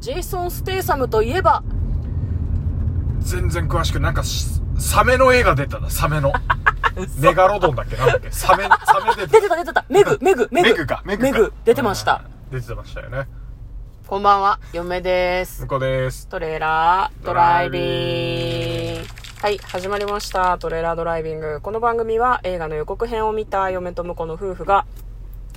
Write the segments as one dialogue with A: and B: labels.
A: ジェイソン・ステイサムといえば、
B: 全然詳しくなんかしサメの映画出たなサメのメガロドンだっけなんだっけサ メサメ
A: 出
B: 出て
A: てた出てた、メグ、メグ、メグ。
B: メグかメグか
A: 出てまし
B: う
A: た
B: ん。出てましたよね
A: こんばんは、嫁です
B: 向。こうです
A: トレーラードライビング。はい、始まりました。トレーラードライビング。この番組は映画の予告編を見た嫁と婿の夫婦が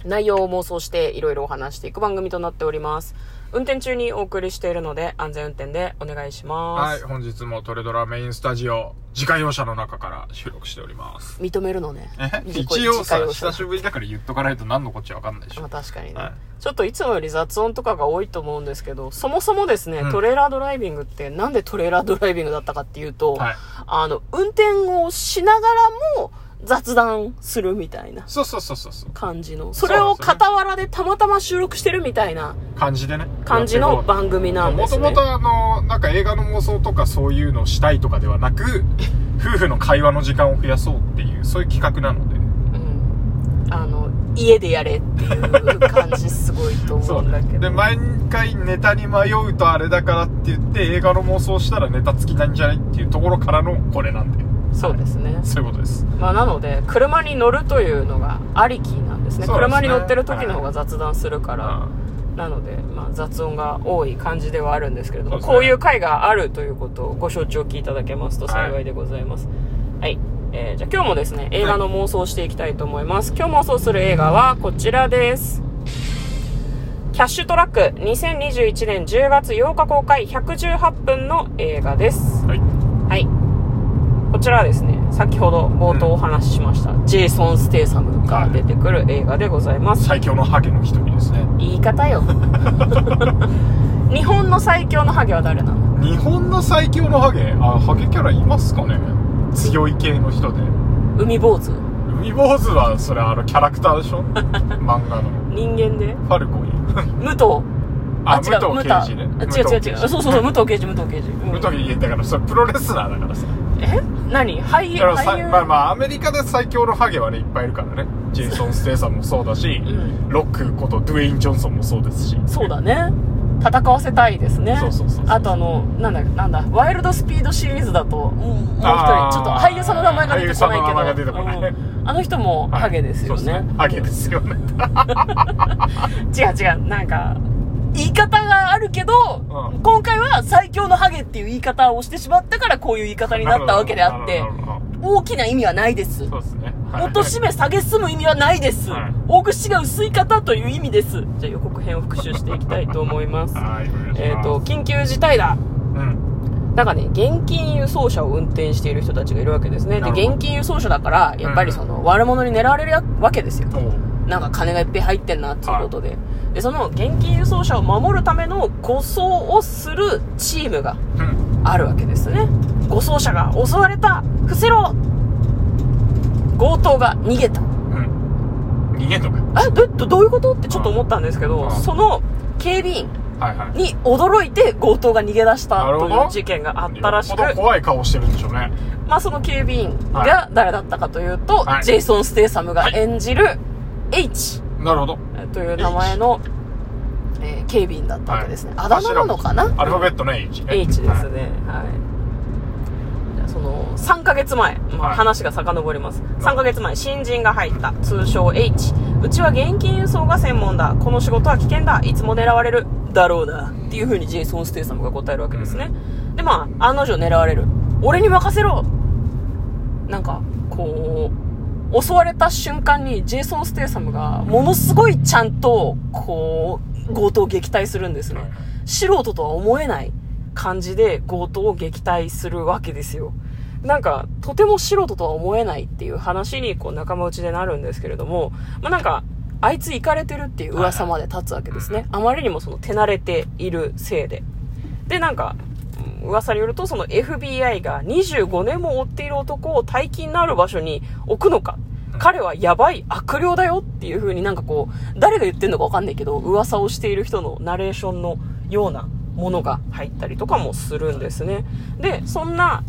A: 内容を妄想していろいろお話していく番組となっております。運転中にお送りしているので安全運転でお願いしま
B: はい
A: す。
B: 本日もトレドラメインスタジオ自家用車の中から収録しております
A: 認めるのね。自己
B: 一応
A: 自
B: さ
A: 家用車
B: 久しぶりだから言っとかないと何のこっちゃわかんないでし
A: まあ
B: ょ
A: 確かにね、
B: はい
A: ちょっといつもより雑音とかが多いと思うんですけど、そもそもですね、
B: うん
A: トレーラードライビングってなんでトレーラードライビングだったかっていうと、
B: はい
A: あの、運転をしながらも雑談するみたいな
B: そうそうそうそうそう
A: 感じの、
B: そ
A: そう
B: なんです
A: れ
B: よ
A: を
B: ね
A: 傍らでたまたま収録してるみたいな
B: 感じでね
A: 感じの番組なんで
B: も
A: す
B: と
A: ね
B: も。とあのなんか映画の妄想とかそういうのをしたいとかでは なく夫婦の会話の時間を増やそうっていうそういう企画なので
A: うんあの、家でやれっていう感じすごいと思うんだ け
B: で
A: ど。
B: 毎回ネタに迷うとあれだからって言って映画の妄想したらネタ尽きないんじゃないっていうところからのこれなんで
A: そうですね。
B: そういうことです
A: まあ、なので車に乗るというのがありきなんですね
B: そうですね
A: 車に乗ってる時の方が雑談するから、
B: は
A: なので、まあ、雑音が多い感じではあるんですけれども、
B: そうですね
A: こういう回があるということをご承知おきいただけますと幸いでございますはい、えーじゃあ今日もですね映画の妄想をしていきたいと思います、今日妄想する映画はこちらですキャッシュトラック2021年10月8日公開118分の映画です
B: はい
A: はい。こちらはですね、先ほど冒頭お話ししました、ジェイソン・ステイサムが出てくる映画でございます。
B: 最強のハゲの一人ですね
A: 言い方 よ。日本の最強のハゲは誰なの
B: 日本の最強のハゲあハゲキャラいますかね強い系の人で
A: 海坊主
B: 海坊主はそれあのキャラクター でしょ漫画の
A: 人間で
B: ファルコン
A: 武藤。
B: あ
A: 違う
B: 武藤刑事ね
A: 武藤あ違う違う違う。そうそうそう、武藤刑事、武藤刑事。うん
B: 武藤家だからそれプロレスラーだからさ
A: え何俳優
B: だからさ
A: 俳優、
B: まあまあアメリカで最強のハゲはねいっぱいいるからねジェイソン・ステイさんもそうだし、
A: ん
B: ロックことドゥエイン・ジョンソンもそうですし
A: そうだね。戦わせたいですね。
B: そうそうそうそう
A: あとあの、なんだ、なんだ、ワイルドスピードシリーズだと、うんもう一人、ちょっ
B: あー
A: と俳優さんの名前が出てこないけど。
B: 俳優さんの名前が出てこない
A: うんあの人もハゲですよ
B: はいそう
A: ね。
B: ハゲですよね
A: 違う違う、なんか、言い方があるけど、
B: うん
A: 今回は最強のハゲっていう言い方をしてしまったからこういう言い方になったわけであって
B: なる、ほどなるほど
A: 大きな意味はないです。
B: そうですねはい
A: 貶としめ下げすむ意味はないです
B: はい。
A: 大口が薄い方という意味です。じゃあ予告編を復習していきたいと思います。
B: はいお願いします
A: えっ、と、緊急事態だ。
B: うん
A: なんかね、現金輸送車を運転している人たちがいるわけですね。
B: な
A: で、
B: るほど
A: 現金輸送車だから、やっぱりその、悪者に狙われるわけですよ。
B: おう
A: なんか金がいっぺい入ってんな、っていうことで。で、その現金輸送車を守るための護送をするチームが
B: うん
A: あるわけですね。護送車が襲われた伏せろ強盗が逃げた。
B: うん逃げんのかよ
A: え、ど、どどういうことってちょっと思ったんですけ
B: う
A: ど、
B: ん
A: その警備員
B: はいはい
A: に驚いて強盗が逃げ出した
B: なる
A: と
B: ほど
A: いう事件があったらしく、
B: よっぽど怖い顔してるんでしょうね
A: まあ、その警備員が誰だったかというと、
B: はい
A: ジェイソン・ステイサムが演じる H
B: なるほど
A: という名前の、えー警備員だったわけですね。あだ名なのかな
B: アルファベットの H ね
A: H で
B: は
A: す
B: い
A: ね。はい。じゃあその、3ヶ月前、ま
B: は
A: あ、
B: い
A: 話が遡ります。3ヶ月前、新人が入った、通称 H。うちは現金輸送が専門だ。この仕事は危険だ。いつも狙われる。だろうな。っていう風にジェイソン・ステイサムが答えるわけですね。で、まあ、案の定狙われる。俺に任せろなんか、こう、襲われた瞬間にジェイソン・ステイサムが、ものすごいちゃんと、こう、強盗を撃退するんですね。素人とは思えない感じで強盗を撃退するわけですよ。なんか、とても素人とは思えないっていう話に、こう、仲間内でなるんですけれども、まあ、なんか、あいつ行かれてるっていう噂まで立つわけですね。あまりにもその手慣れているせいで。で、なんか、うん噂によると、その FBI が25年も追っている男を大金のある場所に置くのか。彼はやばい悪霊だよっていう風になんかこう、誰が言ってんのかわかんないけど、噂をしている人のナレーションのようなものが入ったりとかもするんですね。で、そんな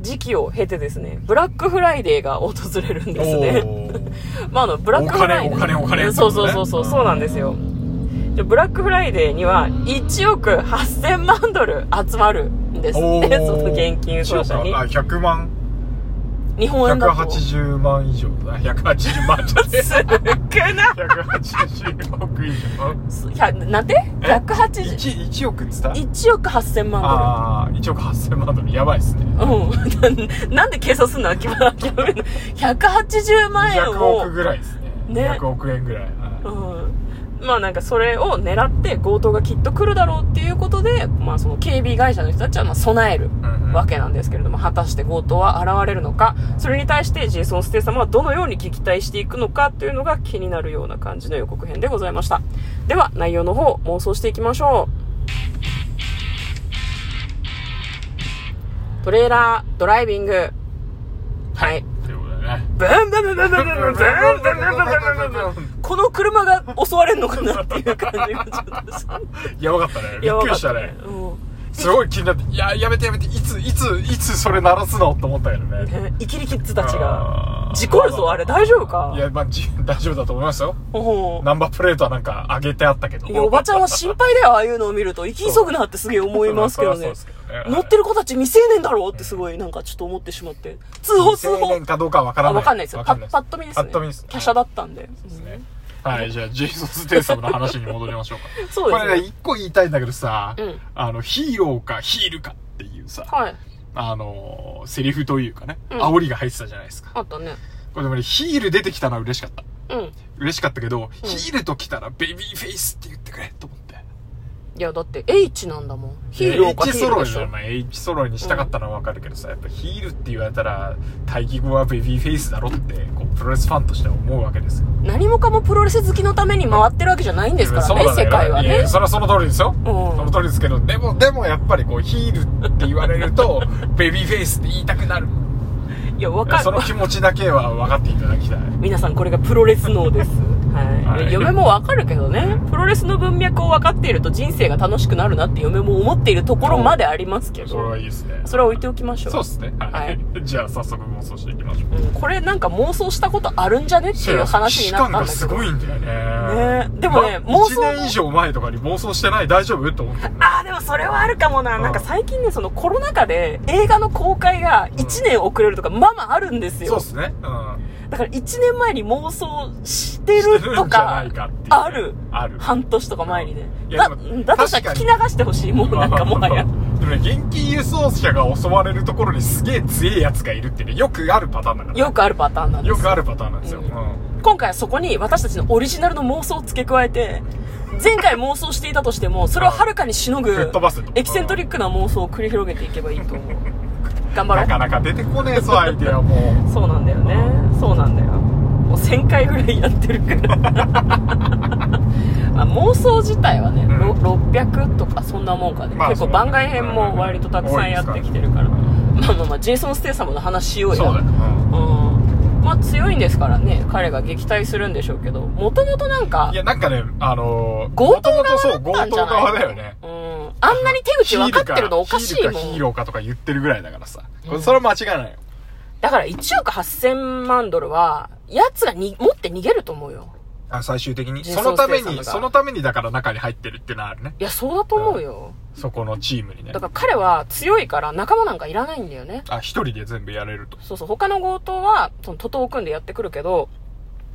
A: 時期を経てですね、ブラックフライデーが訪れるんですね。
B: おー
A: まあ、あの、ブラックフライデー。
B: お金お金お金
A: そうそうそうそう、
B: うん
A: そうなんですよ。でブラックフライデーには1億8000万ドル集まるんですって、 その現金輸送車に
B: あ。100万
A: 日本円だと。す
B: 180万以上だ180万じゃね
A: ごくな
B: え180億以上
A: いやなんて ?180、
B: 1, 1億っつった
A: 1億8000万
B: ああ1億8000万ドルやばいっすね
A: ドル。うん。 なんで計算すんの 諦め諦めるの ?180 万円
B: 200
A: を
B: 億。ぐらいですね
A: ね
B: 200億円ぐらい、はい
A: うんまあなんかそれを狙って強盗がきっと来るだろうっていうことで、まあその警備会社の人たちはまあ備える
B: んうん
A: わけなんですけれども、果たして強盗は現れるのか、それに対してジェイソン・ステイ様はどのように撃退していくのかというのが気になるような感じの予告編でございました。では内容の方妄想していきましょう。トレーラー、ドライビング。はい。
B: ということでね
A: ブンブンブンブンブンブンブンブンブンブンブンブンブンこの車が襲われるのかなっていう感じがちょっとし
B: やばかったねびっくりしたね
A: う
B: すごい気になっていややめてやめていついついつそれ鳴らすのと思ったけど
A: ん
B: ね
A: ねイキリキッズたち
B: あ
A: が
B: ー
A: 事故るぞあれ大丈夫か
B: いやまあじ 大丈夫だと思いますよ
A: お
B: ナンバープレートはなんか上げてあったけど
A: いやおばちゃんは心配だよああいうのを見ると生き急ぐなってすげえ思いますけど
B: そり
A: ね
B: ゃそうですけどね
A: 乗ってる子たち未成年だろうってすごいなんかちょっと思ってしまって通報通
B: 未成
A: 報
B: 年かどうかわから
A: あ
B: ない
A: わかんないですよ
B: わ
A: パ
B: かんな
A: ッパッと見ですね
B: パッと見です
A: 華奢だったんで
B: ねはい、じゃあ、ジェイソン・ステイサムの話に戻りましょうか。
A: そうですね
B: これね、一個言いたいんだけどさ、
A: うん
B: あの、ヒーローかヒールかっていうさ、
A: はい
B: あのー、セリフというかね、
A: うん
B: 煽りが入ってたじゃないですか。
A: あったね
B: これでもね、ヒール出てきたのは嬉しかった。
A: うん
B: 嬉しかったけど、ヒールと来たらベビーフェイスって言ってくれ、と思って。
A: いやだって H なんだもんヒーローか
B: H
A: ヒ
B: ソ
A: ーロ
B: ロ
A: ー
B: イ
A: でし
B: の、
A: ょ
B: まあ、H ソロイにしたかったのはわかるけどさ、やっぱヒールって言われたら、待機語はベビーフェイスだろって、こう、プロレスファンとしては思うわけですよ。
A: 何もかもプロレス好きのために回ってるわけじゃないんですからね、
B: そうなんだ
A: 世
B: よ
A: 界はいね
B: や。それはその通りですよ。
A: ん
B: その通りですけど、でも、でもやっぱりこう、ヒールって言われる と、ベビーフェイスって言いたくなる。
A: いや、わか
B: そ
A: る
B: の。気持ちだけは分かっていただきたい。
A: 皆さんこれがプロレス脳です。はい。
B: はい
A: 嫁もわかるけどね、プロレスの文脈を分かっていると人生が楽しくなるなって嫁も思っているところまでありますけ
B: それは
A: ど、
B: いいですね。
A: それは置いておきましょう。
B: そうですね。はい。 じゃあ、早速妄想していきましょう。
A: うんこれなんか妄想したことあるんじゃねっていう話になったんだけ
B: 期間がす
A: ど。
B: ごいんだよ
A: ね
B: ね。
A: でもね妄想
B: 1年以上前とかに妄想してない大丈夫と思って。
A: ああ、でもそれはあるかもな。
B: うん
A: なんか最近ね、そのコロナ禍で映画の公開が1年遅れるとか、まあまああるんです
B: そう
A: よ
B: で。すね。うん。
A: だから1年前に妄想して
B: して
A: る
B: る
A: と
B: んじゃな
A: か
B: いかっていう。
A: ある
B: ある。
A: 半年とか前にね
B: いや
A: だ
B: でも
A: だとしたら聞き流してほしいもうなんかもはや
B: でもね、現金輸送車が襲われるところにすげえ強いやつがいるってね、よくあるパターンだから、ね。
A: よくあるパターンなんで
B: よ
A: す
B: くあるパターンなんですよ。
A: う
B: うんん。
A: 今回はそこに私たちのオリジナルの妄想を付け加えて前回妄想していたとしてもそれをはるかにしの
B: 吹っ
A: ぐ
B: 飛ばせと
A: エキセントリックな妄想を繰り広げていけばいいと思う頑張ろ
B: なか
A: う
B: なか出てこねえぞ、アイデ アも
A: そうなんだよねそうなんだよもう1000回ぐらいやってるから あ妄想自体はね、
B: ん
A: ろ600とかそんなもんかね、
B: まあ
A: 結構
B: そう
A: 番外編も割とたくさんやってきてるから、まあまあまあジェイソン・ステイ様の話しよ
B: う。
A: うや
B: そうだよ。うん
A: うんまあ強いんですからね彼が撃退するんでしょうけどもともとなんか
B: いや、なんかね、あのー、
A: 強盗
B: もともと
A: 側
B: そう、
A: だった
B: 強
A: ん
B: 盗
A: じゃない
B: 側だよね。
A: うん、あんなに手口分かってるのおかしい
B: ヒールかヒー
A: もん
B: ローかとか言ってるぐらいだからさ。これそれは間違いないよ。
A: だから1億8000万ドルは奴がに持って逃げると思うよ
B: あ最終的に。
A: ジェイ
B: そ
A: ソ
B: の
A: ンス
B: た
A: テイ
B: め
A: サムが
B: に、そのためにだから中に入ってるってのはあるね。
A: いやそうだと思うよ、
B: そこのチームにね
A: だ。から彼は強いから仲間なんかいらないんだよね
B: あ、一人で全部やれると。
A: そうそう他の強盗はその徒党を組んでやってくるけど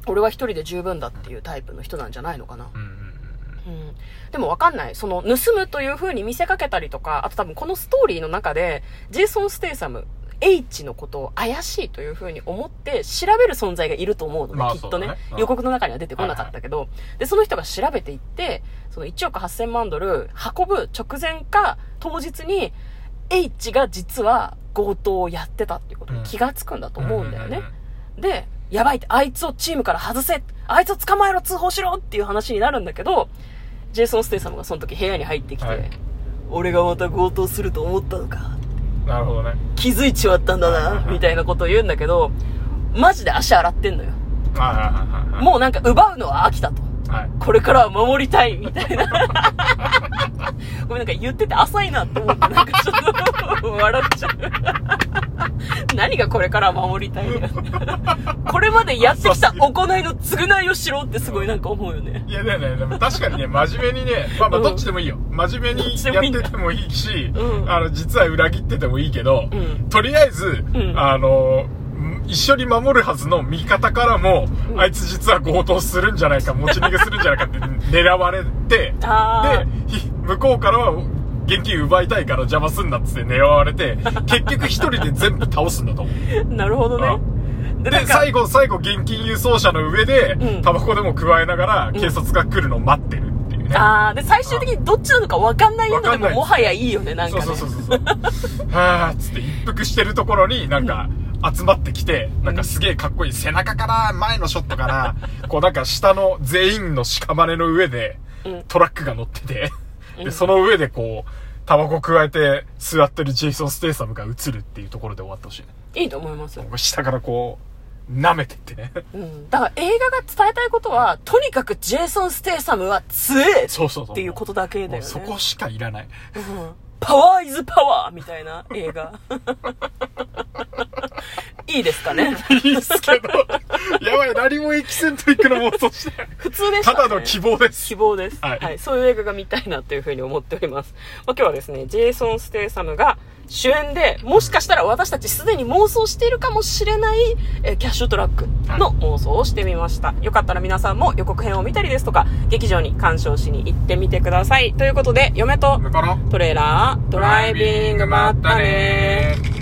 A: 俺は一人で十分だっていうタイプの人なんじゃないのかな
B: うんうん
A: う
B: うん。
A: んでも分かんないその盗むという風に見せかけたりとかあと多分このストーリーの中でジェイソン・ステイサム H のことを怪しいという風に思って調べる存在がいると思うのね、
B: まあ
A: きっとね
B: そうだねうん
A: 予告の中には出てこなかったけど、でその人が調べていってその1億8000万ドル運ぶ直前か当日に H が実は強盗をやってたっていうことに気がつくんだと思うんだよね、で、やばいって、あいつをチームから外せあいつを捕まえろ通報しろっていう話になるんだけど、ジェイソン・ステイサムがその時部屋に入ってきて、
B: はい
A: 俺がまた強盗すると思ったのか、
B: なるほどね。
A: 気づいちまったんだな、みたいなことを言うんだけど、マジで足洗ってんのよ。
B: はいはいはいはい。
A: もうなんか奪うのは飽きたと。
B: はい。
A: これからは守りたい、みたいな。ごめん、なんか言ってて浅いなって思って、なんかちょっと笑っちゃう。何がこれから守りたいのこれまでやってきた行いの償いをしろってすごいなんか思うよね。
B: いやだよね、でも確 かにね、真面目にね、まあまあ
A: うん
B: どっちでもいいよ。真面目
A: どっ
B: に
A: ちで
B: や
A: もいいんだ
B: っててもいいし、
A: うん
B: あの、実は裏切っててもいいけど、
A: うん
B: とりあえず、
A: ん
B: あの、一緒に守るはずの味方からも、
A: うん
B: あいつ実は強盗するんじゃないか、持ち逃げするんじゃないかって狙われて、
A: あ
B: で、ひ向こうからは現金奪いたいから邪魔すんなっつって狙われて、結局一人で全部倒すんだと思う。
A: ー、なるほどね。で、な
B: で、
A: んか
B: 最、後、最後、現金輸送車の上で
A: うん、
B: タバコでも加えながら、
A: ん
B: 警察が来るのを待ってるっていうね。
A: あー、で、最終的にどっちなのか分かんないようなの
B: わかんな
A: で
B: い
A: ももはやいいよね、なんか
B: そう
A: ね。
B: そうそうそう。はぁ、つって一服してるところに、なんか、集まってきて、なんかすげえかっこいい。背中から、前のショット から、こうなんか下の全員の屍の上で
A: うん、
B: トラックが乗ってて、で、その上でこう、タバコ加えて座ってるジェイソン・ステイサムが映るっていうところで終わってほしいね。
A: いいと思いますよ。
B: 下からこう、舐めてっ てね。
A: うん。だから映画が伝えたいことは、とにかくジェイソン・ステイサムは強え
B: そうそうそう。
A: っていうことだけだよね。
B: もうそこしかいらない。
A: うんパワーイズパワーみたいな映 画。いいですかね
B: いいっす けど、やばい、何もエキセントリックな妄想してない。
A: 普通でしたた、ね。
B: だの希望です
A: 希。望です、は
B: はいい
A: そういう映画が見たいなというふうに思っております、まあ、今日はですねジェイソン・ステイサムが主演でもしかしたら私たちすでに妄想しているかもしれない、えーキャッシュトラックの妄想をしてみましたよかったら皆さんも予告編を見たりですとか劇場に鑑賞しに行ってみてくださいということで嫁と
B: 向こうの
A: トレーラードライビングまったね
B: ー